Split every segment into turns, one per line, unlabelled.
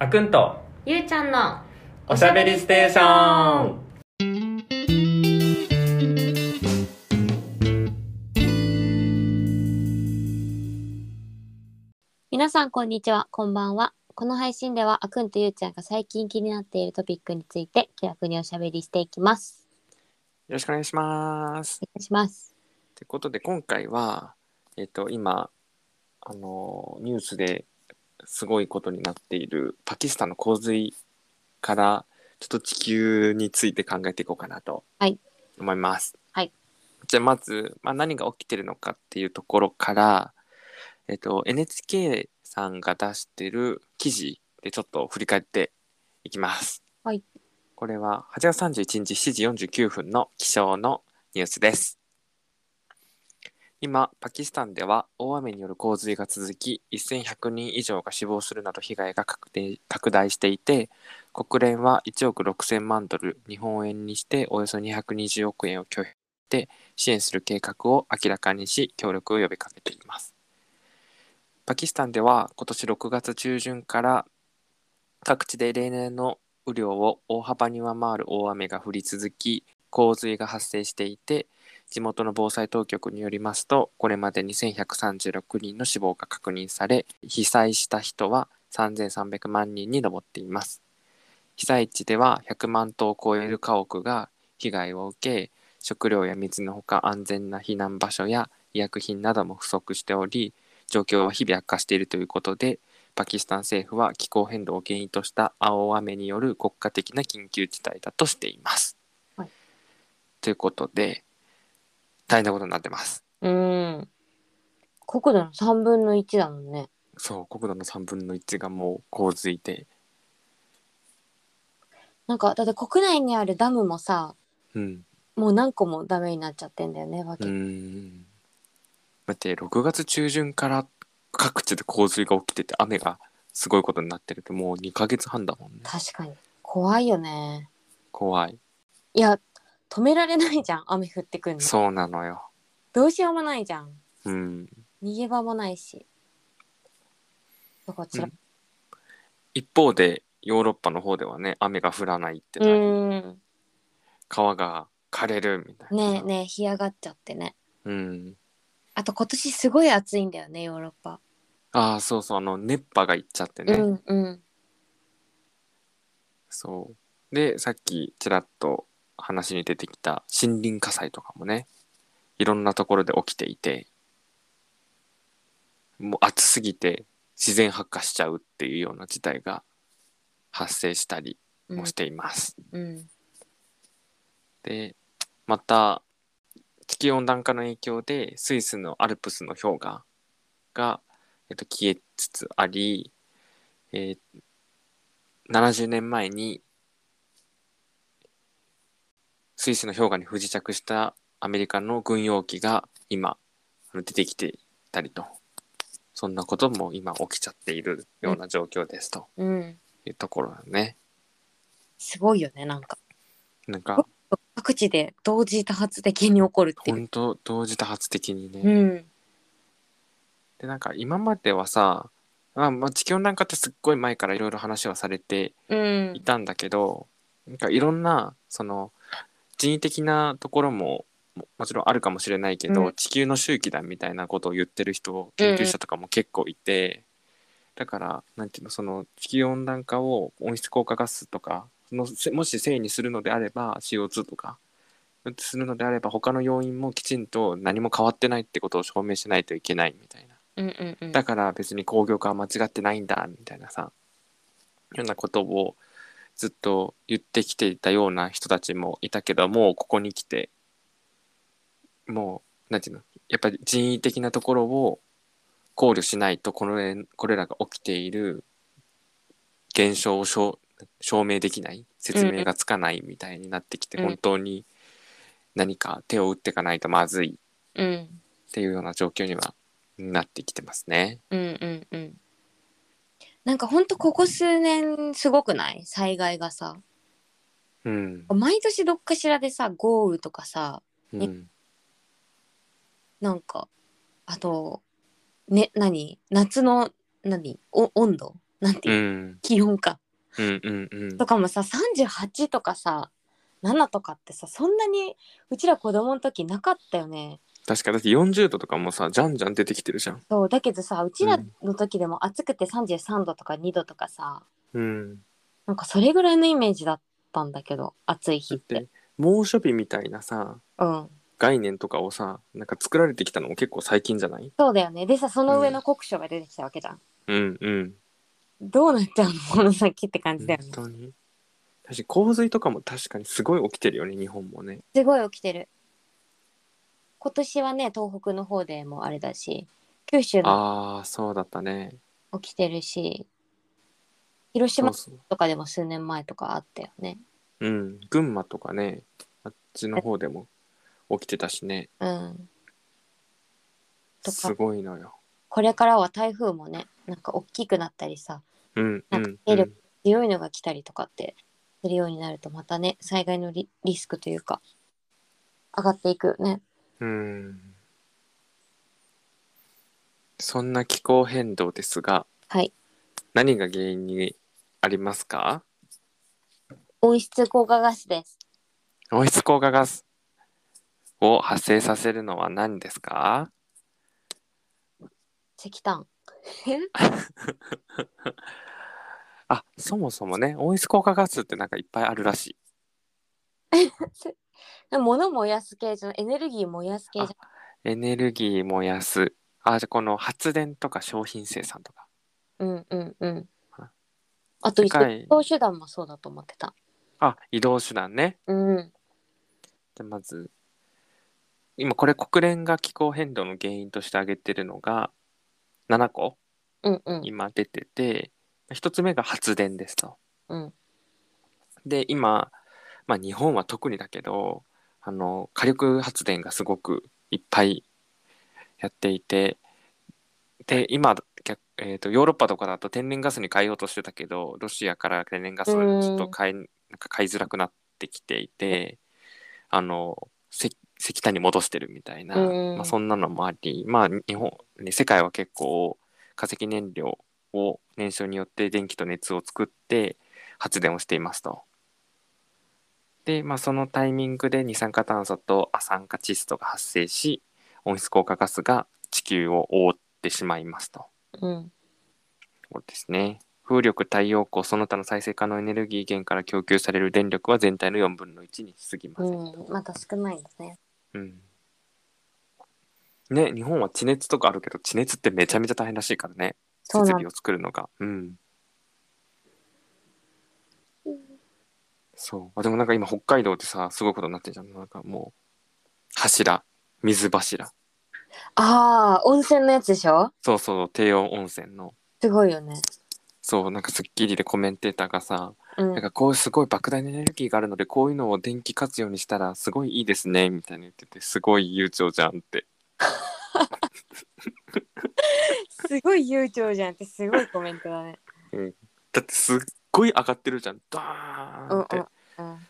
あくんと
ゆうちゃんの
おしゃべりステーション
皆さんこんにちはこんばんはこの配信ではあくんとゆうちゃんが最近気になっているトピックについて気楽におしゃべりしていきます
よろしくお願いします。
お願いします
ということで今回は、えっと今あのニュースですごいことになっているパキスタンの洪水からちょっと地球について考えていこうかなと
はい
思います。
はい
じゃあまず、まあ、何が起きてるのかっていうところから、えっと NHK さんが出してる記事でちょっと振り返っていきます。
はい
これは8月31日7時49分の気象のニュースです。今、パキスタンでは大雨による洪水が続き、1100人以上が死亡するなど被害が確定拡大していて、国連は1億6000万ドル、日本円にしておよそ220億円を拠して支援する計画を明らかにし、協力を呼びかけています。パキスタンでは今年6月中旬から各地で例年の雨量を大幅に上回る大雨が降り続き、洪水が発生していて、地元の防災当局によりますとこれまで2136人の死亡が確認され被災した人は3300万人に上っています被災地では100万棟を超える家屋が被害を受け食料や水のほか安全な避難場所や医薬品なども不足しており状況は日々悪化しているということでパキスタン政府は気候変動を原因とした青雨による国家的な緊急事態だとしています。
はい
ということで、大変なことになってます。
うーん国土の3分の1だもんね
そう、国土の3分の1がもう洪水で。
なんかだって国内にあるダムもさ
うん。
もう何個もダメになっちゃってんだよねわ
う
け、
ーん。だって、6月中旬から各地で洪水が起きてて、雨がすごいことになってるって、もう2ヶ月半だもんね。
確かに怖いよね
怖い。
いや止められないじゃん雨降ってくんの
そうなのよ。
どうしようもないじゃん
うん。
逃げ場もないしだからつらい
一方で、ヨーロッパの方ではね、雨が降らないってなり、
うん
川が枯れるみたいな。
ねえねえ干上がっちゃってね
うん。
あと今年すごい暑いんだよねヨーロッパ、
ああ、そうそう、あの、熱波がいっちゃってね。
うんうん
そう。で、さっきちらっと話に出てきた森林火災とかもね、いろんなところで起きていて、もう暑すぎて自然発火しちゃうっていうような事態が発生したり
うん
もしています。
うん
で、また、地球温暖化の影響でスイスのアルプスの氷河が、えっと、消えつつあり、えー70年前にスイスの氷河に不時着したアメリカの軍用機が今あの出てきていたりとそんなことも今起きちゃっているような状況ですと
うん
いうところだね。
すごいよねなんか
なんか
各地で同時多発的に起こるっていう
本当同時多発的にね、
うん
でなんか今まではさ、まあ、まあ地球温暖化ってすっごい前からいろいろ話はされて
うん
いたんだけどなんかいろんなその人為的なところもももちろんあるかもしれないけど、
うん
地球の周期だみたいなことを言ってる人研究者とかも結構いて、だからなんていうのその地球温暖化を温室効果ガスとかそのせもしせいにするのであれば CO2 とかするのであれば他の要因もきちんと何も変わってないってことを証明しないといけないみたいな。
うんうんうん
だから別に工業化は間違ってないんだみたいなさようなことをずっと言ってきていたような人たちもいたけどもうここに来てもうなんていうのやっぱり人為的なところを考慮しないとこのこれらが起きている現象を証証明できない説明がつかないみたいになってきて、
うん
本当に何か手を打っていかないとまずい
うん
っていうような状況にはなってきてますね。
うんうんうんなんかほんとここ数年すごくない災害がさ
うん
毎年どっかしらでさ豪雨とかさ
うん、
なんかあとね何夏の何お温度なんて
う
いう、
ん
気温か
うんうんうん
とかもさ38とかさ7とかってさそんなにうちら子供の時なかったよね
確かだって40度とかもさじゃんじゃん出てきてるじゃん
そうだけどさうちらの時でも暑くて33度とか2度とかさ
うん
なんかそれぐらいのイメージだったんだけど暑い日
だ
っ
ってて猛暑日みたいなさ
うん
概念とかをさなんか作られてきたのも結構最近じゃない
そうだよねでさその上の酷暑が出てきたわけじゃん、
うんうん
どうなっちゃうのこの先って感じだ
本
よね
当に確かに洪水とかも確かにすごい起きてるよね日本もね
すごい起きてる今年はね東北の方でもあれだし九州の
ああそうだったね
起きてるし広
そ
島
うそう
とかでも数年前とかあったよね
うん群馬とかねあっちの方でも起きてたしね
うんとか
すごいのよ
これからは台風もねなんか大きくなったりさ
うんう
なん
ん、
か勢
う
力
ん、
強いのが来たりとかってするようになるとまたね災害のリリスクというか上がっていくよね
うんそんな気候変動ですが
はい
何が原因にありますか
温室効果ガスです
温室効果ガスを発生させるのは何ですか
石炭
あそもそもね温室効果ガスってなんかいっぱいあるらしい
物燃やす系じゃないエネルギー燃やす系じゃない
エネルギー燃やすあじゃあこの発電とか商品生産とか
うんうんうん
あ
あと移
世界
動手段もそうだと思ってた
あ移動手段ね
うん
でまず今これ国連が気候変動の原因として挙げてるのが7個
うんうん
今出てて1つ目が発電ですと。
うん
で今、まあ、日本は特にだけどあの火力発電がすごくいっぱいやっていてで今、逆えー、とヨーロッパとかだと天然ガスに変えようとしてたけどロシアから天然ガスをちょっと買いなんか買いづらくなってきていてあの石石炭に戻してるみたいな、
うん
まあ、そんなのもあり、まあ、日本ね世界は結構化石燃料を燃焼によって電気と熱を作って発電をしていますと。で、まあ、そのタイミングで二酸化炭素と亜酸化窒素が発生し温室効果ガスが地球を覆ってしまいますと。
うん
そうですね。風力、太陽光、その他の再生可能エネルギー源から供給される電力は全体の4分の1に過ぎません
う
と。
んまだ少ないんだね
うんね、日本は地熱とかあるけど地熱ってめちゃめちゃ大変らしいからね
そう
設
なん
備を作るのがうんそうあでもなんか今北海道ってさすごいことになってるじゃんなんかもう柱水柱
ああ温泉のやつでしょ
そうそう低温温泉の
すごいよね
そうなんか『スッキリ』でコメンテーターがさ
うん
なんかこういうすごい莫大なエネルギーがあるのでこういうのを電気活用にしたらすごいいいですねみたいに言っててすごい悠長じゃんって
すごい悠長じゃんってすごいコメントだね。
だってすっごい上がってるじゃんダーンって、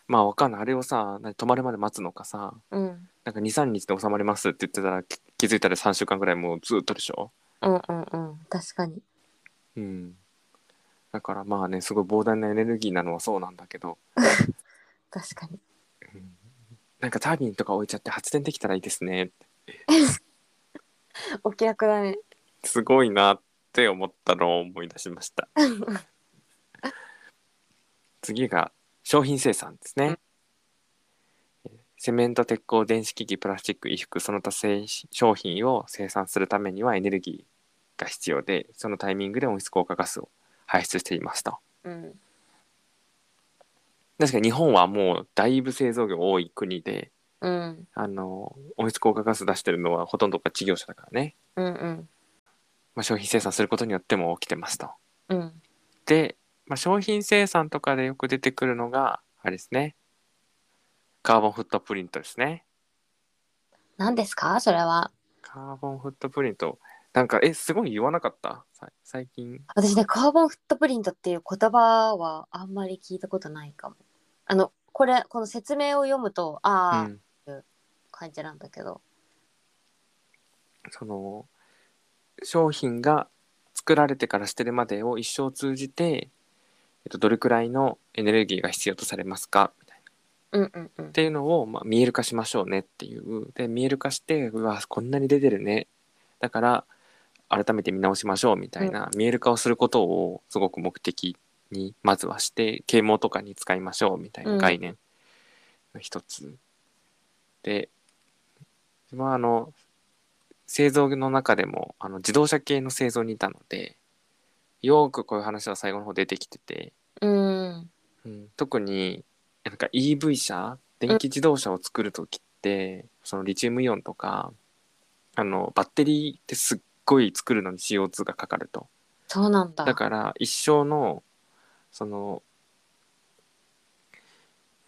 まあわかんないあれをさ何止まるまで待つのかさ
うんうん
なんか23日で収まりますって言ってたらき気づいたら3週間ぐらいもうずっとでしょ
うんうんうん確かに。
うんだからまあねすごい膨大なエネルギーなのはそうなんだけど
確かに。
なんかタービンとか置いちゃって発電できたらいいですね
お気楽だね。
すごいなって思ったのを思い出しました。次が商品生産ですね。セメント、鉄鋼、電子機器、プラスチック、衣服、その他製商品を生産するためにはエネルギーが必要で、そのタイミングで温室効果ガスを排出していますと。
うん
確かに日本はもうだいぶ製造業多い国で、
うん
あの、温室効果ガス出してるのはほとんどが事業者だからね。
うんうん
まあ、商品生産することによっても起きてますと。
うん
で、まあ、商品生産とかでよく出てくるのがあれですねカーボンフットプリントですね
何ですかそれは。
カーボンフットプリントなんかえすごい言わなかったさ最近
私ねカーボンフットプリントっていう言葉はあんまり聞いたことないかも。あのこれこの説明を読むとああ、
うん、
感じなんだけど。
その商品が作られてから捨てるまでを一生通じて、えっと、どれくらいのエネルギーが必要とされますかみたいな。
うんうんうん
っていうのを、まあ、見える化しましょうねっていう。で、見える化して、うわ、こんなに出てるね。だから、改めて見直しましょうみたいな、見える化をすることをすごく目的にまずはして、啓蒙とかに使いましょうみたいな概念の一つ。で、まあ、あの、製造の中でもあの自動車系の製造にいたのでよーくこういう話は最後の方出てきてて、
うん
うん、特になんか EV 車電気自動車を作る時って、そのリチウムイオンとかあのバッテリーってすっごい作るのに CO2 がかかると
そうなんだ
だから一生のその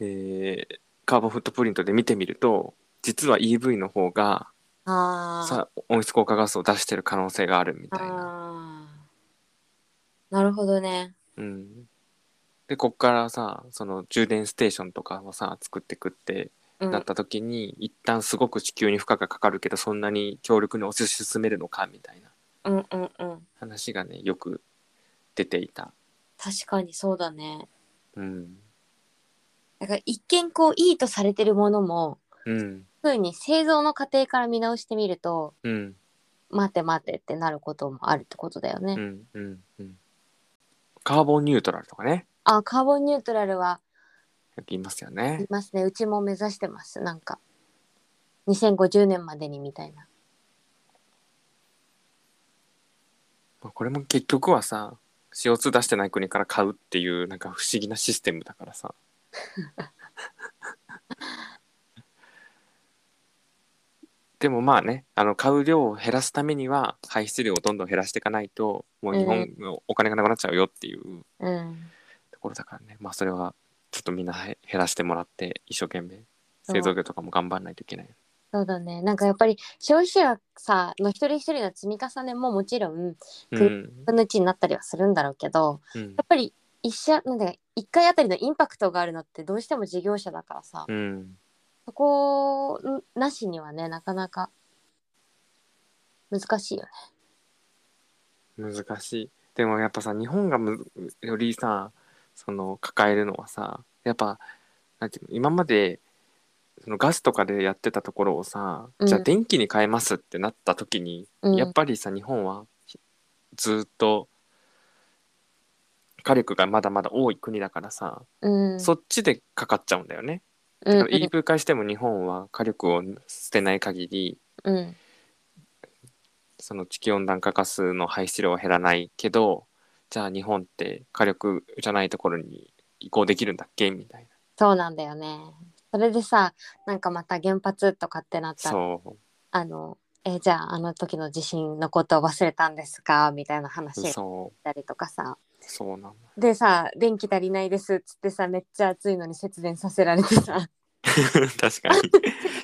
えーカーボンフットプリントで見てみると実は EV の方が
あー
さ温室効果ガスを出してる可能性があるみたいな。
あーなるほどね
うん、でこっからさその充電ステーションとかをさ作ってくって
うん
なった時に、一旦すごく地球に負荷がかかるけどそんなに強力に推し進めるのかみたいな
うんうんうん
話がねよく出ていた。
確かにそうだね
うん
だから一見こういいとされてるものも
うん
ふうに製造の過程から見直してみると
うん
待て待てってなることもあるってことだよね、
うんうんうんカーボンニュートラルとかね
あカーボンニュートラルは
よく言いますよね
い。ますねうちも目指してますなんか2050年までにみたいな
まあこれも結局はさ CO2 出してない国から買うっていうなんか不思議なシステムだからさ でもまあねあの買う量を減らすためには排出量をどんどん減らしていかないともう日本のお金がなくなっちゃうよっていう
うん
ところだからね、まあそれはちょっとみんなへ減らしてもらって一生懸命製造業とかも頑張らないといけない。
そうだねなんかやっぱり消費者さの一人一人の積み重ねももちろん
う
そうん分の1になったりはするんだろうけど
うん
やっぱり一社なんだか1回あたりのインパクトがあるのってどうしても事業者だからさ、
うん
そこなしにはねなかなか難しいよね。
難しいでもやっぱさ日本がむよりさその抱えるのはさやっぱなんていうの今までそのガスとかでやってたところをさ、
うん
じゃあ電気に変えますってなった時に、
うん、
やっぱりさ日本はひずっと火力がまだまだ多い国だからさ、
うん、
そっちでかかっちゃうんだよね。
う
だ
ん
から EV 化しても日本は火力を捨てない限り、
うん
その地球温暖化ガスの排出量は減らないけどじゃあ日本って火力じゃないところに移行できるんだっけみたいな
そうなんだよね。それでさなんかまた原発とかってなったら
そ
あのえじゃああの時の地震のことを忘れたんですかみたいな話
う
だっ
そう
たりとかさ
そうなん
でさ電気足りないですっつってさめっちゃ暑いのに節電させられてさ
だ確かに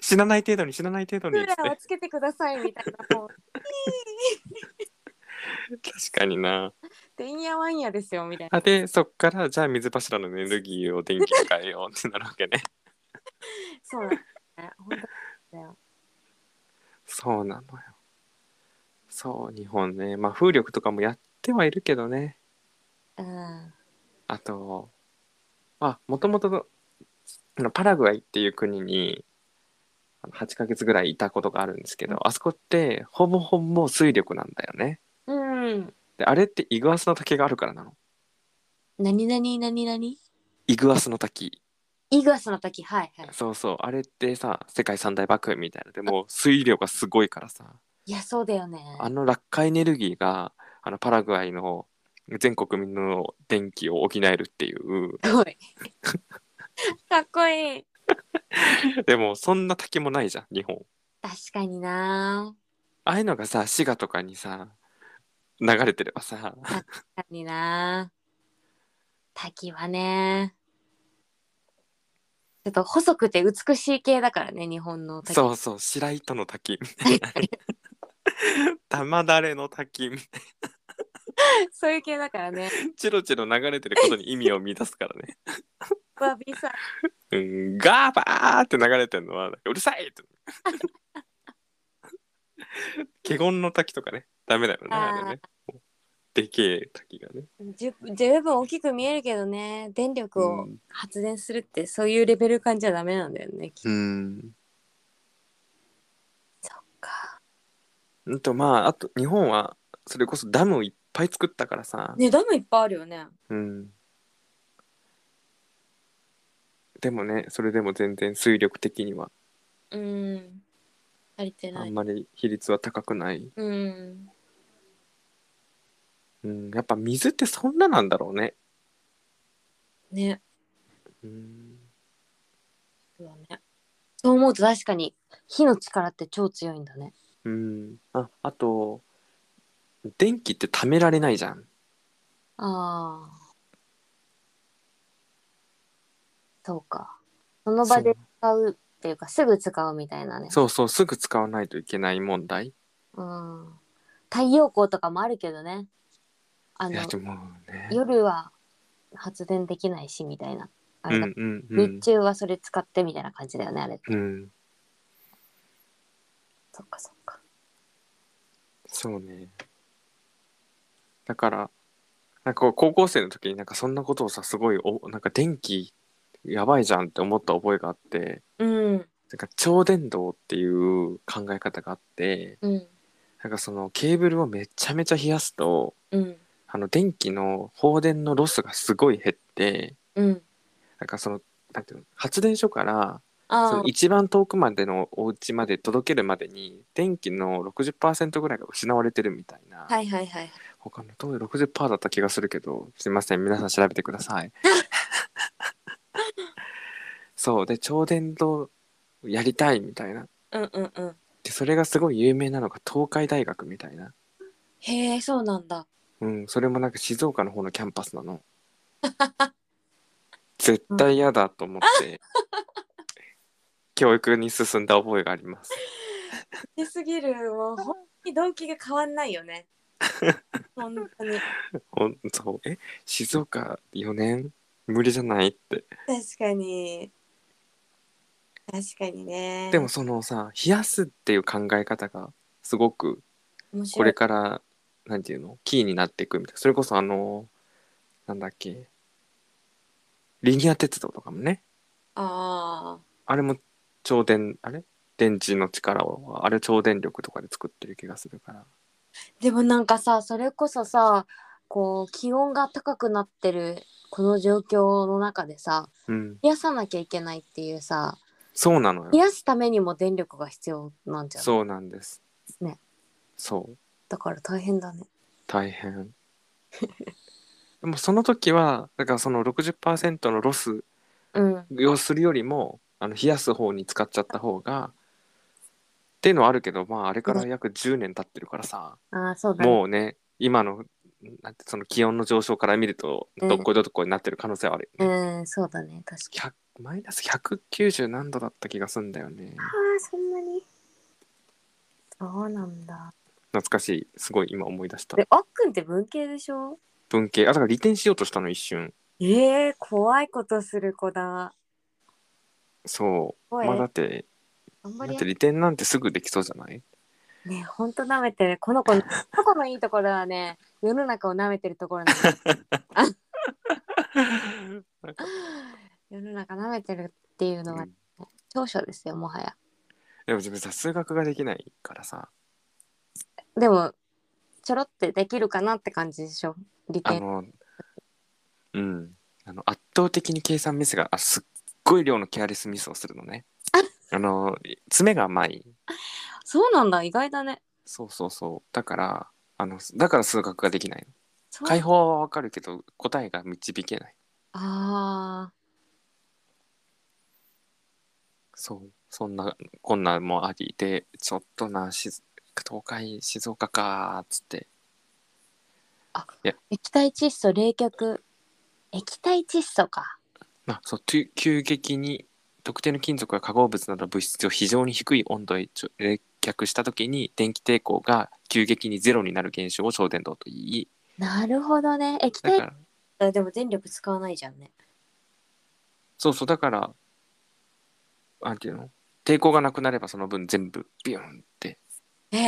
死なない程度に死なない程度
ク
に
ー
っ つ
ラー
っ
を
て
つけてくださいみたいなもう
確かにな
てんやわんやですよみたいな
あでそっからじゃあ水柱のエネルギーを電気に変えようってなるわけね
そうなんだよね 本当なんだよ
そうなのよそう日本ねまあ風力とかもやってはいるけどね
うん
あと、あ、もともと、あのパラグアイっていう国に、あの8ヶ月ぐらいいたことがあるんですけど、あそこって、ほぼほぼ水力なんだよね。
うん。
で、あれってイグアスの滝があるからなの。
何何何何
イグアスの滝。
イグアスの滝、はいはい。
そうそう、あれってさ、世界三大爆風みたいな。でも、水量がすごいからさ、
いや、そうだよね。
あの落下エネルギーが、あのパラグアイの全国民の電気を補えるっていう。
すごい。かっこいい。
でも、そんな滝もないじゃん、日本。
確かにな。
ああいうのがさ滋賀とかにさ流れてればさ
確かにな。滝はね。ちょっと細くて美しい系だからね、日本の滝。
そうそう白糸の滝みたいな玉だれの滝みたい
そういう系だからね。
なチロチロ流れてることに意味を見出すからね
わびさ。
うんガーバーって流れてるのはなんかうるさいって華厳の滝とかねダメだよねあれねでけえ滝がね。
十分十分大きく見えるけどね電力を
ん
発電するってそういうレベル感じゃダメなんだよね、きっと
うん。
そっか
うんとまああと日本はそれこそダムをいっぱい作ったからさ、
ねダムいっぱいあるよね
うん、でもねそれでも全然水力的には
うん足りてな
あん
い
まり比率は高くない、
うん
うん、やっぱ水ってそんななんだろうね、
ね
うん、
そうだねそう思うと確かに火の力って超強いんだね
うん、ああと電気って貯められないじゃん
ああそうかその場で使うっていうかすぐ使うみたいなね
そうそうすぐ使わないといけない問題
うん太陽光とかもあるけどねあ
い
の
やでもね
夜は発電できないしみたいなあ
う
れだ、
んうんうん
日中はそれ使ってみたいな感じだよねあれ
うん
そっかそっか
そうね。だから、なんかこう高校生の時になんかそんなことをさ、すごいお、なんか電気やばいじゃんって思った覚えがあって、
うん
なんか超電導っていう考え方があって、
うん
なんかそのケーブルをめちゃめちゃ冷やすと、
うん
あの電気の放電のロスがすごい減って、
うん
なんかその、なんていうの、発電所からそ
あ
の一番遠くまでのお家まで届けるまでに電気の60%ぐらいが失われてるみたいな。
あはいはいはい
他の当時60%だった気がするけどすいません皆さん調べてくださいそうで超電導やりたいみたいな
うんうんうん
でそれがすごい有名なのが東海大学みたいな
へえそうなんだ
うんそれもなんか静岡の方のキャンパスなの絶対嫌だと思って、教育に進んだ覚えがあります
好きすぎるもう本当に動機が変わんないよ ね本当に
ほんそうえ静岡4年無理じゃないって
確かに確かにね
でもそのさ冷やすっていう考え方がすごく
面白い
これからなんていうのキーになっていくみたいなそれこそあのなんだっけリニア鉄道とかもね
あ
あれも超電あれ電池の力をあれ超電力とかで作ってる気がするから
ーでもなんかさそれこそさこう気温が高くなってるこの状況の中でさ
うん
冷やさなきゃいけないっていうさ
そうなの
冷
よ
やすためにも電力が必要なんじゃない
そうなんです
ね
そう
だから大変だね
大変 でもその時はだからその60%のロス
うん
をするよりもあの冷やす方に使っちゃった方がっていうのはあるけどまああれから約10年経ってるからさ、
ああそうだね
もうね今のなんてその気温の上昇から見ると
うん
どっこいどっこいになってる可能性はあるよね、
うんそうだね確かに
100マイナス190何度だった気がすんだよね
ああそんなにそうなんだ
懐かしいすごい今思い出した
であっくんって文系でしょ
文系あだから利点しようとしたの一瞬
えー、怖いことする子だ
そ
すご
う
い
まあだって
あんま
だ
り
って利点なんてすぐできそうじゃない
ねほんと舐めてるこの子のこの子のいいところはね世の中を舐めてるとこ ろなんだ 世の中舐めてるっていうの
う
が
ん
長所ですよもはや
でも自分さ数学ができないからさ
でもちょろってできるかなって感じでしょ利
あ
点
の、うん、あの圧倒的に計算ミスがあすっごい量のケアレスミスをするのね。あの爪が甘い。
そうなんだ意外だね
そうそうそう。だからあのだから数学ができないの。
そう
解放はわかるけど答えが導けない。
あ
そうそんなこんなんもありでちょっとなし東海静岡かーっつって
ー液体窒素冷却液体窒素か
まあ、そう急急激に特定の金属や化合物などの物質を非常に低い温度へちょ冷却した時に電気抵抗が急激にゼロになる現象を超電導と言い
なるほどね液
だ
体窒
から
素でも電力使わないじゃんね
そうそうだからなんていうの抵抗がなくなればその分全部ビューンって
へ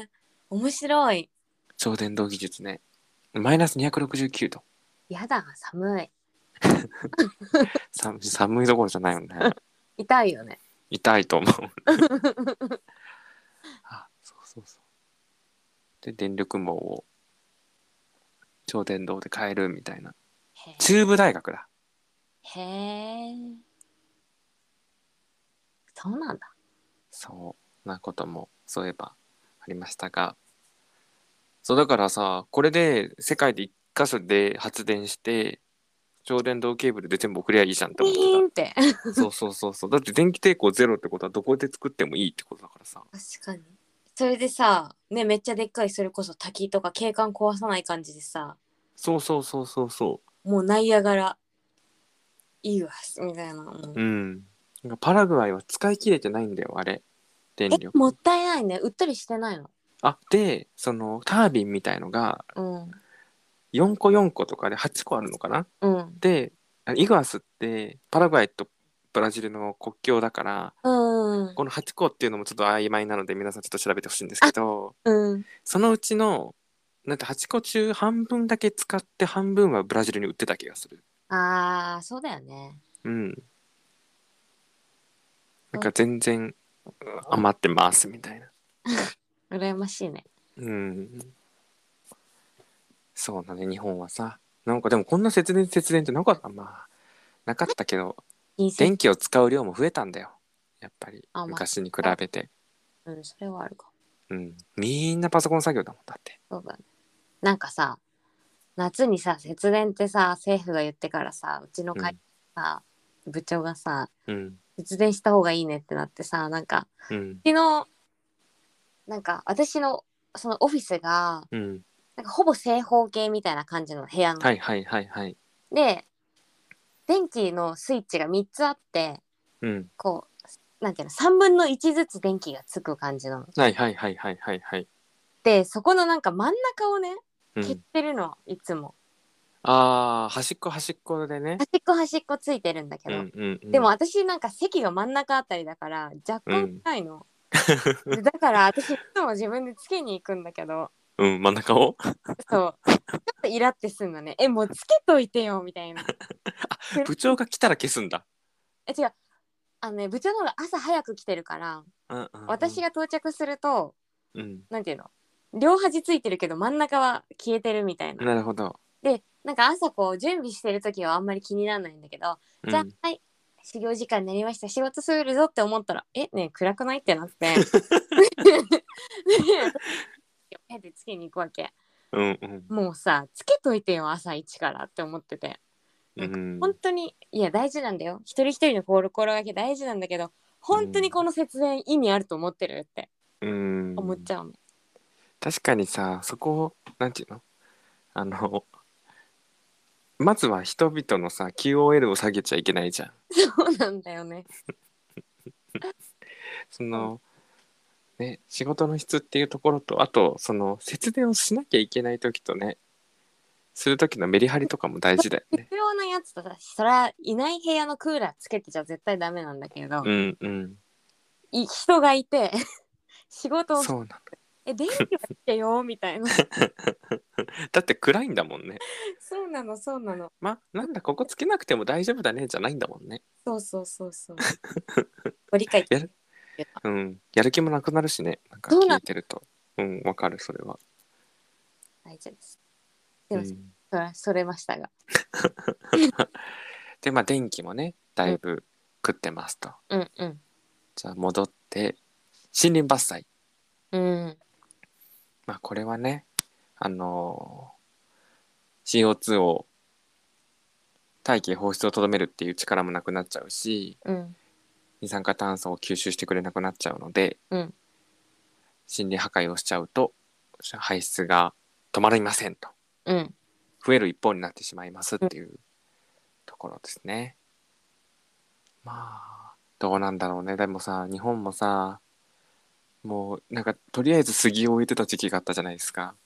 え面白い
超電導技術ねマイナス269度
やだ、寒い。
さ寒いどころじゃないよね
痛いよね。
痛いと思うあそうそうそうで電力網を超電導で変えるみたいな
へえ
中部大学だ
へえ。そうなんだ。
そうなこともそういえばありましたがそうだからさこれで世界で一箇所で発電して超電導ケーブルで全部送りゃいいじゃんって
ウ
思
ィ
って
ーンって。確
たそうそうそうそうだって電気抵抗ゼロってことはどこで作ってもいいってことだからさ
かに。それでさ、ね、めっちゃでっかい、それこそ滝とか景観壊さない感じでさ、
そうそうそうそうそ
もうナイアガラ、いいわ、みたいな。もう
ううんなんかパラグアイは使い切れてないんだよあれ電
え、
力
もったいないね。売ったりしてないの。
あでそのタービンみたいのが
うん。
4個4個とかで8個あるのかな
うん。
であイグアスってパラグアイとブラジルの国境だから
うん。
この8個っていうのもちょっと曖昧なので皆さんちょっと調べてほしいんですけど
うん。
そのうちのなんて8個中半分だけ使って半分はブラジルに売ってた気がする
ああ、そうだよね。
うんなんか全然うん余ってますみたいな
羨ましいね。
うんそうだね日本はさなんかでもこんな節電節電ってなかったまあなかったけど
人生。
電気を使う量も増えたんだよやっぱり
あまあ
昔に比べて、
うん、それはあるか。
うん、みんなパソコン作業だもんだって
そうだね。なんかさ、夏にさ、節電ってさ、政府が言ってからさ、うちの会社さ、部長がさ、
うん
節電した方がいいねってなってさ、なんか、
うん
昨日、なんか私の、そのオフィスが、
うん
なんかほぼ正方形みたいな感じの部屋の、
はいはいはいはい
で、電気のスイッチが3つあって、
うん
こう、なんていうの、3分の1ずつ電気がつく感じなの。
はいはいはいはいはいはい、
で、そこのなんか真ん中をね、
う
蹴っ
ん、
てるの、いつも。
あー端っこ端っこでね
端っこ端っこついてるんだけ
うん
ど、
うんうん
でも私なんか席が真ん中あたりだから若干痛い の、でだから私いつも自分でつけに行くんだけど
うん真ん中を
そうちょっとイラってすんのねえもうつけといてよみたいな
部長が来たら消すんだ
え違うあのね部長の方が朝早く来てるから
うんうんうん
私が到着すると
うん
なんていうの両端ついてるけど真ん中は消えてるみたいな
なるほど
でなんか朝こう準備してる時はあんまり気にならないんだけど
うん
じゃあ、はい、始業時間になりました。仕事するぞって思ったら、え、ねえ暗くないってな って。 でペでつけに行くわけ。
うんうん
もうさ、つけといてよ、朝一からって思ってて。
うん
本当に、いや、大事なんだよ。一人一人の心がけ大事なんだけど、本当にこの節電意味あると思ってるって
うん
思っちゃうの。
確かにさそこをなんていうのあのまずは人々のさ QOL を下げちゃいけないじゃん
そうなんだよね。
その、ね仕事の質っていうところとあとその節電をしなきゃいけない時とねする時のメリハリとかも大事だよね
必要なやつとさ、そりゃいない部屋のクーラーつけてちゃ絶対ダメなんだけど、
うんうん
い人がいて、 仕事を
そうなんだ
え電気は来てよみたいな
だって暗いんだもんね
そうなのそうなの
まなんだここつけなくても大丈夫だねじゃないんだもんね
そうそうそう そうご理解
やるうんやる気もなくなるしねなんか
そうな
聞
ん
いてるとうんわかるそれは、
大丈夫ですで
う
も、
ん、
それそれましたが
でまあ電気もねだいぶ食ってますと、
うんうん
じゃあ戻って森林伐採
うん
まあこれはねあのー CO2 を大気放出をとどめるっていう力もなくなっちゃうし
うん
二酸化炭素を吸収してくれなくなっちゃうので、
うん
森林破壊をしちゃうと排出が止まりませんと
うん
増える一方になってしまいますっていうところですね。まあどうなんだろうねでもさ日本もさもうなんかとりあえず杉を植えてた時期があったじゃないですか。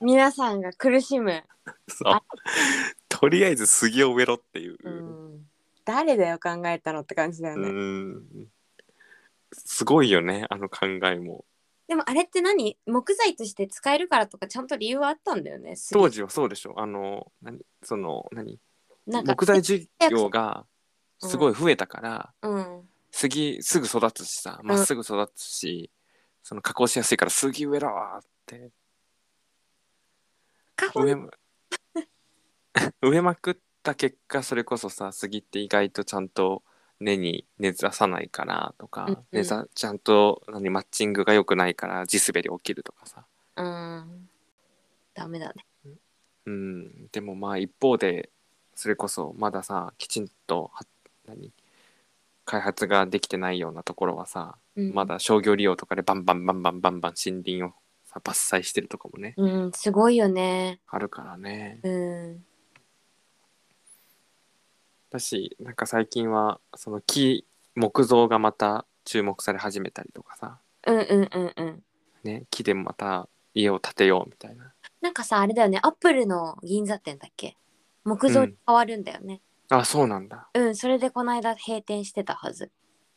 皆さんが苦しむ、
そう とりあえず杉を植えろっていう。
うん、誰だよ考えたのって感じだよ
う
ね、
んすごいよねあの考えも。
でもあれって何木材として使えるからとかちゃんと理由はあったんだよね。
当時はそうでしょあの何その何
なんか
木材事業がすごい増えたから、
うん。
杉すぐ育つしさまっすぐ育つし、その加工しやすいから杉植えろーって
カホン
植えま 植えまくった結果それこそさ杉って意外とちゃんと根に根ざさないからと
う
か、
んうん
根ざちゃんと何マッチングが良くないから地滑り起きるとかさ
うん。ダメだね。
うんでもまあ一方でそれこそまださきちんとは何開発ができてないようなところはさ、
うん
ま。だ商業利用とかでバンバンバンバンバンバン森林をさ伐採してるとかもね
うん、すごいよね。
あるからね
うん。
だしなんか最近はその木木造がまた注目され始めたりとかさ、
うんうんうんうん。
ね、木でまた家を建てようみたいな
なんかさ、あれだよね。アップルの銀座店だっけ木造に変わるんだよね。
あそうなんだ
うん、それでこの間閉店してたはず。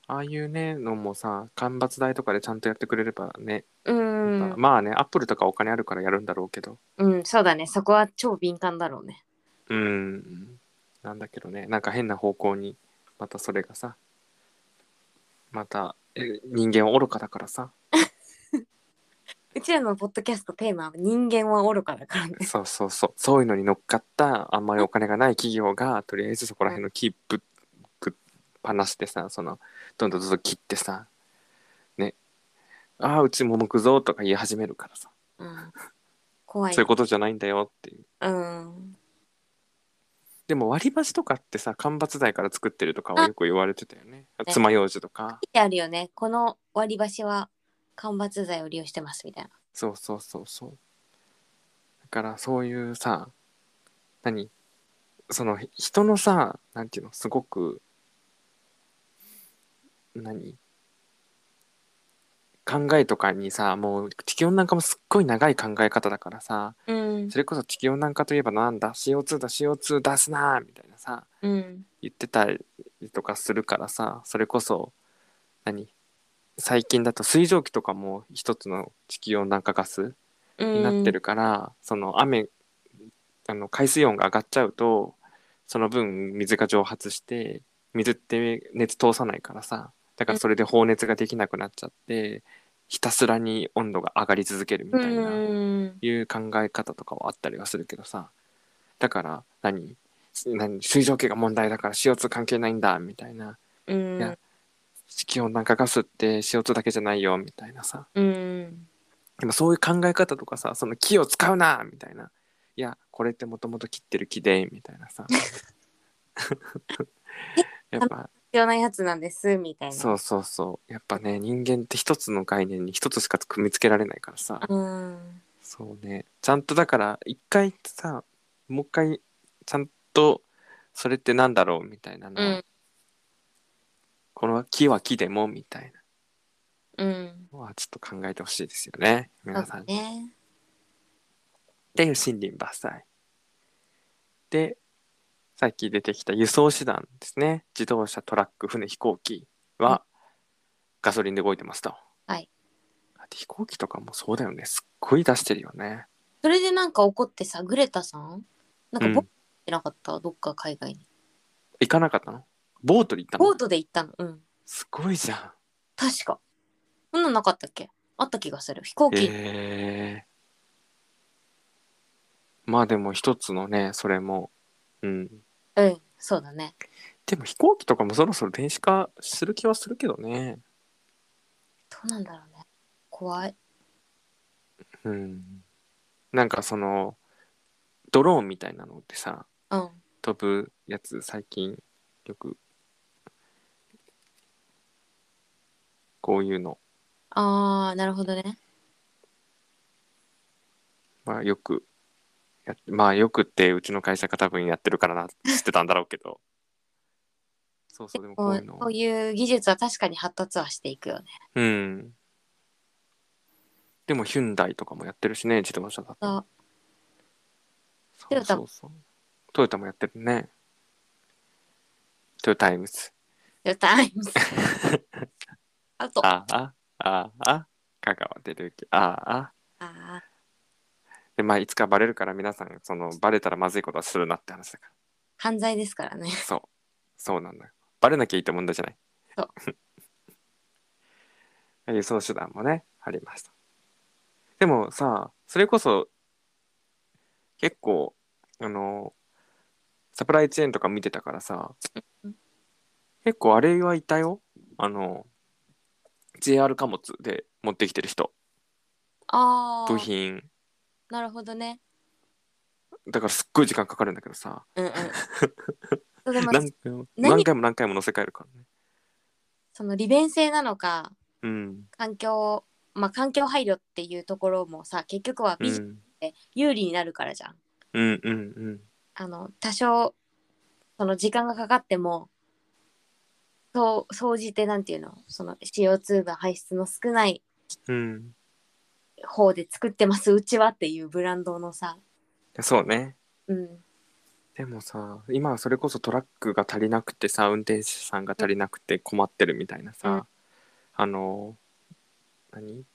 ああいうねのもさ間伐材とかでちゃんとやってくれればね、
う
また
ん。
まあねアップルとかお金あるからやるんだろうけど
うん、そうだね。そこは超敏感だろうね。
うんなんだけどねなんか変な方向にまたそれがさまたえ人間は愚かだからさ
うちらのポッドキャストテーマは人間は愚かだからね。
そうそうそうそういうのに乗っかったあんまりお金がない企業がとりあえずそこら辺の木ぶっぶっ放してさそのどんどんどんどん切ってさねああうちも木造とか言い始めるからさ、
うん。怖い
そういう。ことじゃないんだよっていう
うん。
でも割り箸とかってさ間伐材から作ってるとかはよく言われてたよね
ね
爪楊枝とか
書いてあるよね。この割り箸は間伐材を利用してますみたいな。
そうそうそうそうだからそういうさ何そのひ人のさなんていうのすごく何考えとかにさもう地球温暖化もすっごい長い考え方だからさ
うん。
それこそ地球温暖化といえばなんだ CO2 だ CO2 出すなーみたいなさ
うん。
言ってたりとかするからさそれこそ何最近だと水蒸気とかも一つの地球温暖化ガスになってるから、その雨あの海水温が上がっちゃうとその分水が蒸発して水って熱通さないからさだからそれで放熱ができなくなっちゃって、ひたすらに温度が上がり続けるみ
う
たいな。
ん。
いう考え方とかはあったりはするけどさだから何す何水蒸気が問題だから CO2 関係ないんだみたいな
うん。
いや地球温暖化ガスって CO2 だけじゃないよみたいなさ
うん。
でもそういう考え方とかさその木を使うなみたいないやこれってもともと切ってる木でみたい なさやっぱ
必要なやつなんですみたいな。
そうそうそうやっぱね人間って一つの概念に一つしか組みつけられないからさ
うん。
そうね。ちゃんとだから、一回さ、もう一回、ちゃんと、それってなんだろうみたいなの、
うん。
この木は木でもみたいな
うん。
のはちょっと考えてほしいですよね。皆さん。っていう
ね。
森林伐採。で、さっき出てきた輸送手段ですね。自動車、トラック、船、飛行機は、ガソリンで動いてますと。
はい
だって飛行機とかもそうだよね。すっごい出してるよね。
それでなんか怒ってさ、グレタさんなんか
うん
ボート行ってなかった、どっか海外に。
行かなかったのボートで行った
ボ
の
ートで行ったの。うん。
すごいじゃん。
確か。そんなんなかったっけあった気がする。飛行機。
えーまあでも一つのねそれもうん
うん。そうだね。
でも飛行機とかもそろそろ電子化する気はするけどね
どうなんだろうね。怖い。
うんなんかそのドローンみたいなのってさ
うん。
飛ぶやつ最近よくこういうの
あー、なるほどね。
まあよくやっまあよくってうちの会社が多分やってるからな知ってたんだろうけどそうそうでもこ
こ
う
う
いうの
こういう技術は確かに発達はしていくよね。
うん。でもヒュンダイとかもやってるしね、自動車だと。
あ
そ
ト
う
ヨタ
そうそう。トヨタもやってるね。トヨタイムズ。
じゃあタイムズあと、
ああ、ああ、香川照之あああ
あー
でまあいつかバレるから皆さんそのバレたらまずいことはするなって話だか
犯罪ですからね
らそうそうなんだよバレなきゃいいって問題じゃない
そう
ああいうその手段もねありましたでもさそれこそ結構あのサプライチェーンとか見てたからさ
うん
結構あれはいたよあの JR 貨物で持ってきてる人
ああ
部品
なるほどね
だからすっごい時間かかるんだけどさ
うんうん そうでも
何回も
何
何回も何回も乗せ替えるからね
その利便性なのか
うん
環境まあ環境配慮っていうところもさ結局は
う
ビジネス
ん
で有利になるからじゃん、
うんうんうん
あの多少その時間がかかってもそう総じてなんていうのその CO2 が排出の少ない
うん
方で作ってますうちはっていうブランドのさ、
そうね
うん、
でもさ今はそれこそトラックが足りなくてさ運転手さんが足りなくて困ってるみたいなさ、
うん
あの何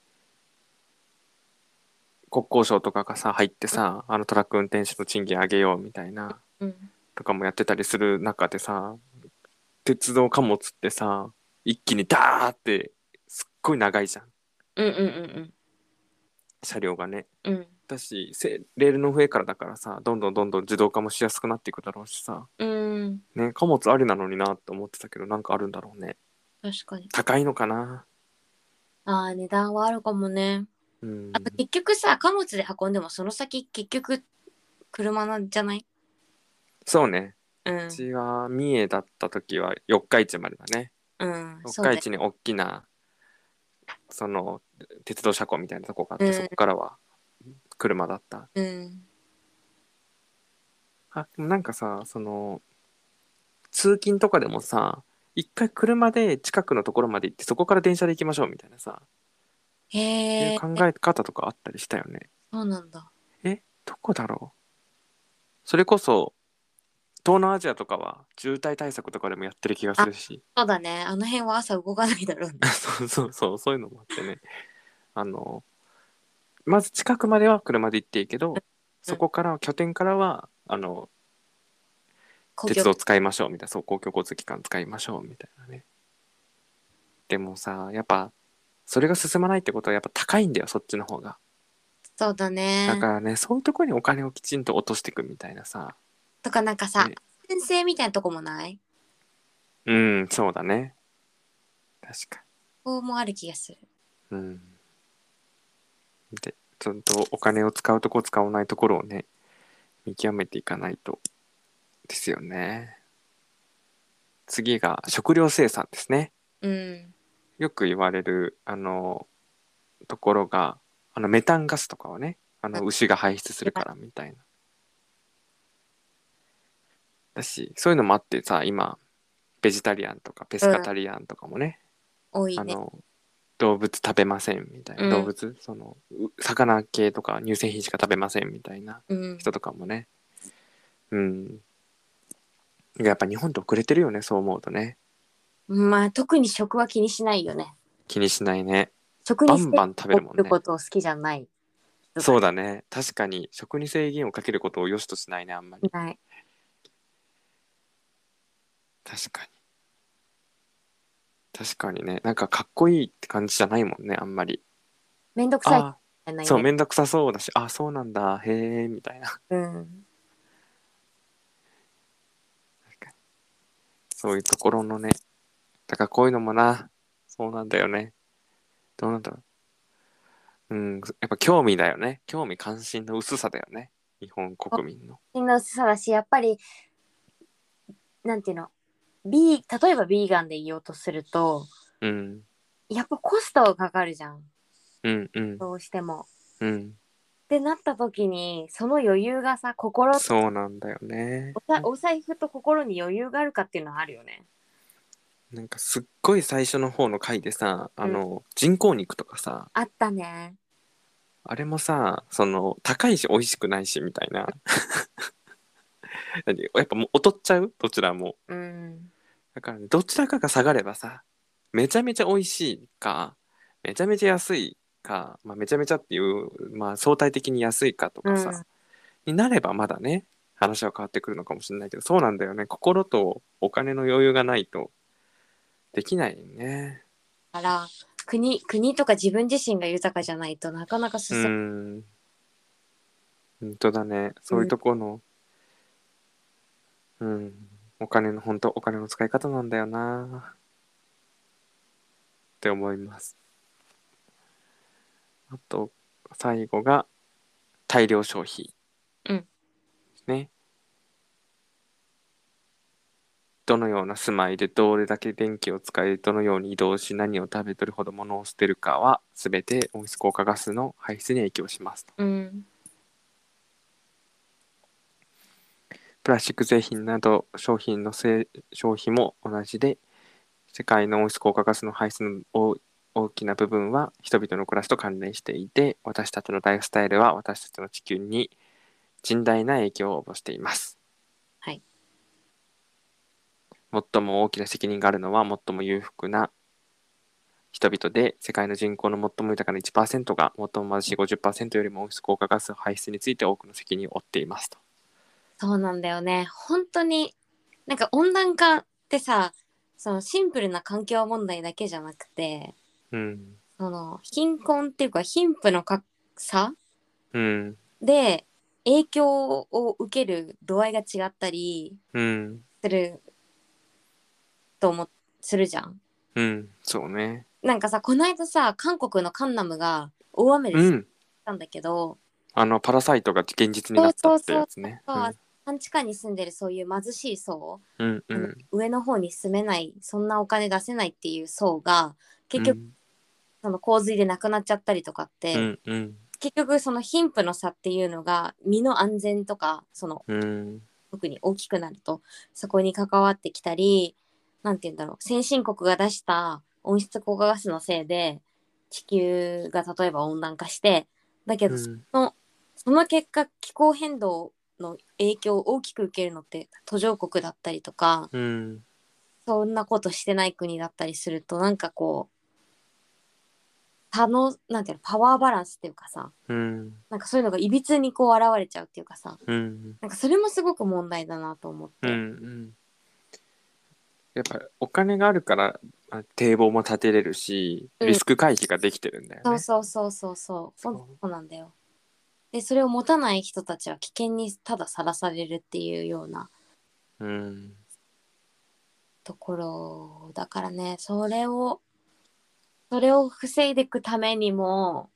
国交省とかがさ入ってさあのトラック運転手の賃金上げようみたいな
うん、
とかもやってたりする中でさ鉄道貨物ってさ一気にダーってすっごい長いじゃん
うんうんうん
車両がね
うんうん
だしせレールの上からだからさどんどんどんどん自動化もしやすくなっていくだろうしさ
うん
ね貨物ありなのになって思ってたけどなんかあるんだろうね
確かに
高いのかな
あー値段はあるかもね
うん
あと結局さ貨物で運んでもその先結局車なんじゃない
そうね
うん
うちは三重だった時は四日市までだね
うん
四
そう
日
だよ
市に大きなその鉄道車庫みたいなとこがあって、
うん
そこからは車だった
うん
あでもなんかさその通勤とかでもさ一回車で近くのところまで行ってそこから電車で行きましょうみたいなさ、
へ
い
え
う考え方とかあったりしたよね
そうなんだ
えどこだろうそれこそ東南アジアとかは渋滞対策とかでもやってる気がするし
そうだねあの辺は朝動かないだろう ね
そうそうそうそういうのもあってねあのまず近くまでは車で行っていいけどそこからは拠点からはあの
公
鉄
共
道使いましょうみたいなそう公共交通機関使いましょうみたいなねでもさやっぱそれが進まないってことはやっぱ高いんだよそっちの方が
そうだね
だからね、そういうところにお金をきちんと落としていくみたいなさ
とかなんかさ、
ね
先生みたいなとこもない
うんそうだね確か
こうもある気がする
にうんでちゃんとお金を使うとこ使わないところをね見極めていかないとですよね次が食料生産ですね
うん
よく言われるあのところがあのメタンガスとかをねあの
うん
牛が排出するからみたいな。だしそういうのもあってさ今ベジタリアンとかペスカタリアンとかもね、
多い
あ
ね
の動物食べませんみたいな、
うん
動物そのう魚系とか乳製品しか食べませんみたいな
うん
人とかもねうんやっぱ日本って遅れてるよねそう思うとね
まあ特に食は気にしないよね
気にしないね
食に
バ
制限
ンバ
を
ン食べるもんね
ることを好きじゃない
そうだね確かに食に制限をかけることを良しとしないねあんまり
ない
確かに確かにねなんかかっこいいって感じじゃないもんねあんまり
めんどくさいみ
あ
たいなイメ
あ
ージ
そうめんどくさそうだしあそうなんだへえみたいな
うん
そういうところのねだからこういうのもなそうなんだよねどうなんだろううんやっぱ興味だよね興味関心の薄さだよね日本国民の
みんなさだしやっぱりなんていうのビー例えばビーガンで言おうとすると
うん
やっぱコストがかかるじゃん
うんうん
どうしても。
うん
ってなった時にその余裕がさ心と
そうなんだよね
おさお財布と心に余裕があるかっていうのはあるよね。
なんかすっごい最初の方の回でさあの、人工肉とかさ
あったね。
あれもさその高いし美味しくないしみたいな何やっぱもう劣っちゃうどちらも
うん。
だから、ね、どちらかが下がればさめちゃめちゃ美味しいかめちゃめちゃ安いか、まあ、めちゃめちゃっていう、まあ、相対的に安いかとかさ、になればまだね話は変わってくるのかもしれないけどそうなんだよね心とお金の余裕がないとできないよね
だから国国とか自分自身が豊かじゃないとなかなか
う
進む、
ん本当だねそういうとこのうん、お金の本当お金の使い方なんだよなって思いますあと最後が大量消費
うん
ねどのような住まいでどれだけ電気を使いどのように移動し何を食べ取るほど物を捨てるかは全て温室効果ガスの排出に影響します
うん
プラスチック製品など商品のせい消費も同じで世界の温室効果ガスの排出の大大きな部分は人々の暮らしと関連していて私たちのライフスタイルは私たちの地球に甚大な影響を及ぼしています。
はい、
最も大きな責任があるのは最も裕福な人々で世界の人口の最も豊かな1%が最も貧しい50%よりも温室効果ガス排出について多くの責任を負っていますと。
そうなんだよね本当になんか温暖化ってさそのシンプルな環境問題だけじゃなくて
うん
その貧困っていうか貧富の格差
うん
で影響を受ける度合いが違ったり
うん、
すると思っするじゃん。
うん、そうね。
なんかさこの間さ韓国のカンナムが大雨で
う
降っ
ん、
たんだけど、
あのパラサイトが現実になったってやつね。
まあ半地下に住んでるそういう貧しい層、
うん、うん、う
あの
ん
上の方に住めないそんなお金出せないっていう層が結局、、その洪水で亡くなっちゃったりとかって、
うん、うん、
結局その貧富の差っていうのが身の安全とかその
うん、
特に大きくなるとそこに関わってきたりなんて言うんだろう先進国が出した温室効果ガスのせいで地球が例えば温暖化してだけど、
うん
その結果気候変動の影響を大きく受けるのって途上国だったりとか
うん、
そんなことしてない国だったりするとなんかこう他のなんていうのパワーバランスっていうかさ
うん、
なんかそういうのがいびつにこう現れちゃうっていうかさ
うん、
なんかそれもすごく問題だなと思って。
うん。やっぱお金があるからあ堤防も建てれるし、
うん
リスク回避ができてるんだよ
そう
ね。
そうそうそうそう
そう
そうなんだよでそれを持たない人たちは危険にたださらされるっていうような
うん、
ところだからねそれをそれを防いでいくためにも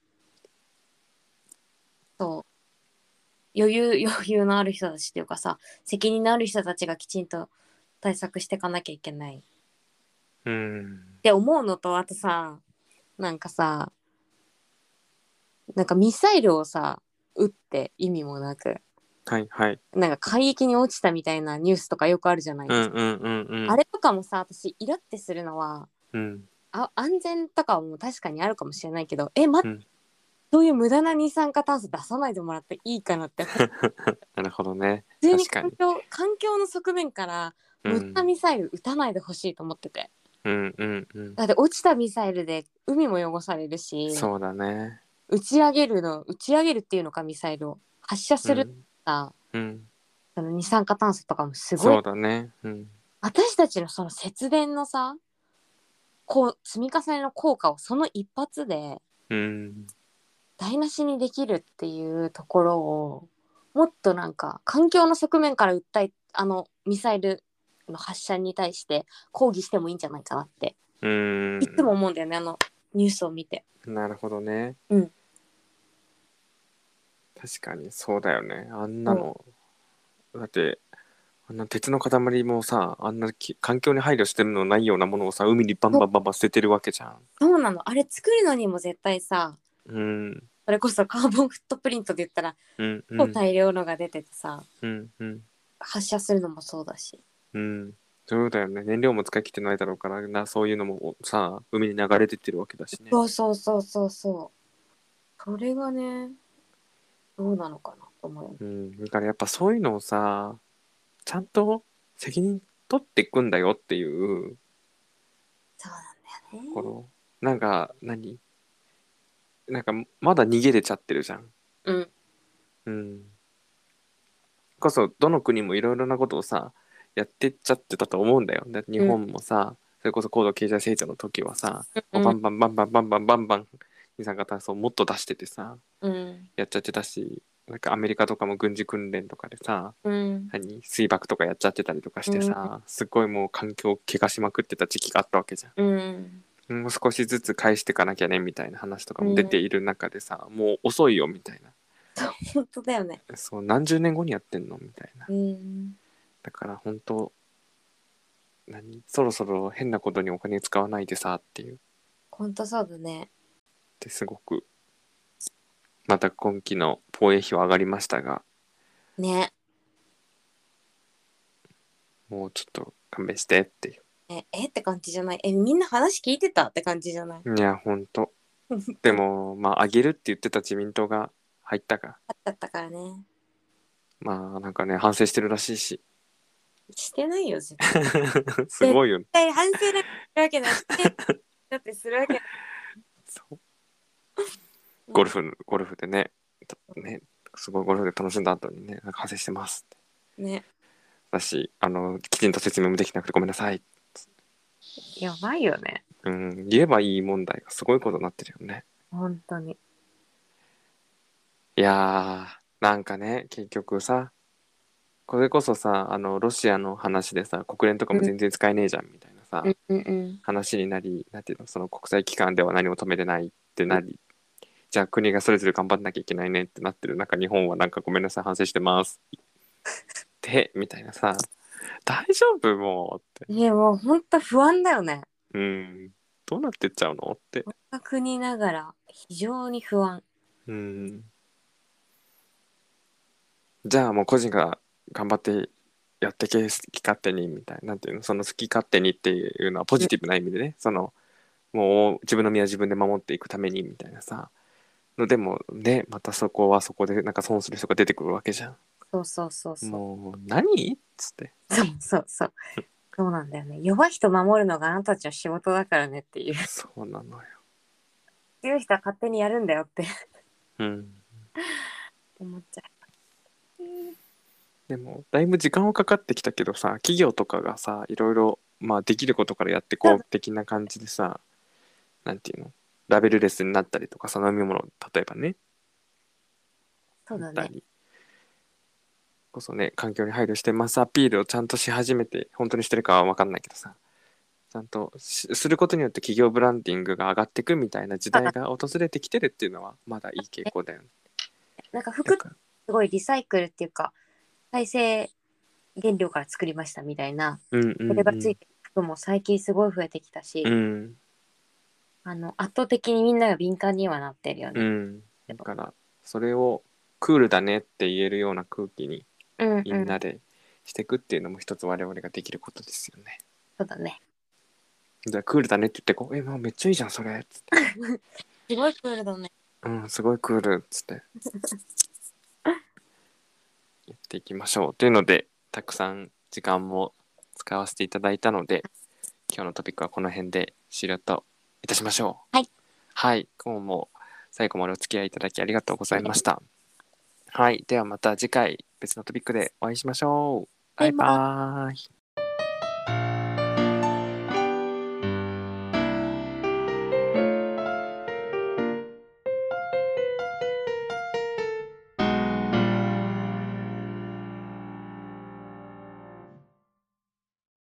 そう余裕 余裕のある人たちっていうかさ責任のある人たちがきちんと対策していかなきゃいけない
うん、
って思うのとあとさなんかさなんかミサイルをさ撃って意味もなく
はい、はい。
なんか海域に落ちたみたいなニュースとかよくあるじゃないで
う
す
ん、
か、
うん、うん、うん。
あれとかもさ私イラってするのは
うん、
あ安全とかはもう確かにあるかもしれないけどえ待
う
っ
ん
て、そういう無駄な二酸化炭素出さないでもらっていいかな って普
なるほどね。
通に
確か
環
に
境環境の側面から
う
無駄
ん
な、ミサイル撃たないでほしいと思ってて、
うん、うん、うん。
だって落ちたミサイルで海も汚されるし
そうだね。
打ち上げるの打ち上げるっていうのかミサイルを発射するってさ、
うん、うん。
その二酸化炭素とかもすご
そ
いう
だね。うん。
私たちのその節電のさこう積み重ねの効果をその一発で
うん。
台無しにできるっていうところをもっとなんか環境の側面から訴えあのミサイルの発射に対して抗議してもいいんじゃないかなって
うん
いつも思うんだよね、あのニュースを見て。
なるほどね。
うん
確かにそうだよね。あんなの、だってあんな鉄の塊もさあんなき環境に配慮してるのないようなものをさ海にバンバンバンバン捨ててるわけじゃん。
そうなのあれ作るのにも絶対さ
うん
それこそカーボンフットプリントで言ったら
うんう
超
ん
大量のが出ててさ、
うんうん
発射するのもそうだし
うん。そうだよね。燃料も使い切ってないだろうからなそういうのもさ海に流れてってるわけだしね。
そうそうそうそうそうそれがねどうなのかなと思うよね
うん、だからやっぱそういうのをさちゃんと責任取っていくんだよっていう
そうなんだよね
このなんか何なんかまだ逃げれちゃってるじゃん。
うん
うん。こそどの国もいろいろなことをさやってっちゃってたと思うんだよ。だ日本もさ、それこそ高度経済成長の時はさ、
う
バ
ん
ンバンバンバンバンバンバンバン二酸化炭素をもっと出しててさ
うん
やっちゃってたしなんかアメリカとかも軍事訓練とかでさ
うん
何水爆とかやっちゃってたりとかしてさ、すっごいもう環境を怪我しまくってた時期があったわけじゃん。
うん
もう少しずつ返していかなきゃねみたいな話とかも出ている中でさ、もう遅いよみたい
本当だよね
なそう何十年後にやってんのみたいな
うん
だから本当何そろそろ変なことにお金使わないでさっていうっ
本当そうだね
てすごくまた今期の防衛費は上がりましたが
ね
もうちょっと勘弁してってい
ええって感じじゃないえみんな話聞いてたって感じじゃないう
いや本当でもまあ上げるって言ってた自民党が入ったが
あっちゃったからね
まあなんかね反省してるらしい し
してないよ絶
すごいよね
対反省なんかするわ けないしてだってするわけない
そうゴルフ、ゴルフでね、たね、すごいゴルフで楽しんだ後にね、なんか反省してますって。
ね
だし、あの、きちんと説明もできなくてごめんなさい。
やばいよね
うん、言えばいい問題がすごいことになってるよね。
本当に
いやー、なんかね、結局さ、これこそさ、あの、ロシアの話でさ、国連とかも全然使えねえじゃん、みたいなさ、
うんうんうん
話になり、なんていうの、その国際機関では何も止めてないってなり、じゃあ国がそれぞれ頑張んなきゃいけないねってなってる中、日本はなんかごめんなさい、反省してます。で、みたいなさ、大丈夫もうって。
いやもう本当不安だよね
うん。どうなってっちゃうのって。
国ながら非常に不安
うん。じゃあもう個人が頑張ってやってけ、好き勝手に、みたいな。なんていうの、その好き勝手にっていうのはポジティブな意味でね、その、もう自分の身は自分で守っていくためにみたいなさのでもねまたそこはそこでなんか損する人が出てくるわけじゃ
そうそうそうそ
ん
う
もう何っつって
そうそうそう。そうなんだよね。弱い人守るのがあなたたちの仕事だからねっていう。
そうなのよ
強い人は勝手にやるんだよって
うん
思っちゃ
でもだいぶ時間はかかってきたけどさ企業とかがさいろいろまあできることからやってこう的な感じでさなんていうのラベルレスになったりとかさ飲み物例えばね
う。そうだ
った
ね。
りこそね環境に配慮してマスアピールをちゃんとし始めて本当にしてるかは分かんないけどさちゃんとしすることによって企業ブランディングが上がってくみたいな時代が訪れてきてるっていうのはまだいい傾向だよね。
なんか服
だ
って
から
すごいリサイクルっていうか、再生原料から作りましたみたいな、
うんうん
それがついてる服も最近すごい増えてきたし、
うん
あの圧倒的にみんなが敏感にはなってるよ
う
ね。
んだからそれをクールだねって言えるような空気に
うん、うん、
みんなでしていくっていうのも一つ我々ができることですよね。
そうだね。
じゃあクールだねって言ってこう「えもうめっちゃいいじゃんそれ」っつって
すごいクールだね。
うん、すごいクールっつって。やっていきましょう。というので、たくさん時間も使わせていただいたので、今日のトピックはこの辺で終了といたしましょう。
はい。
はい、今日も最後までお付き合いいただきありがとうございました。はい、ではまた次回別のトピックでお会いしましょう。バイバーイ。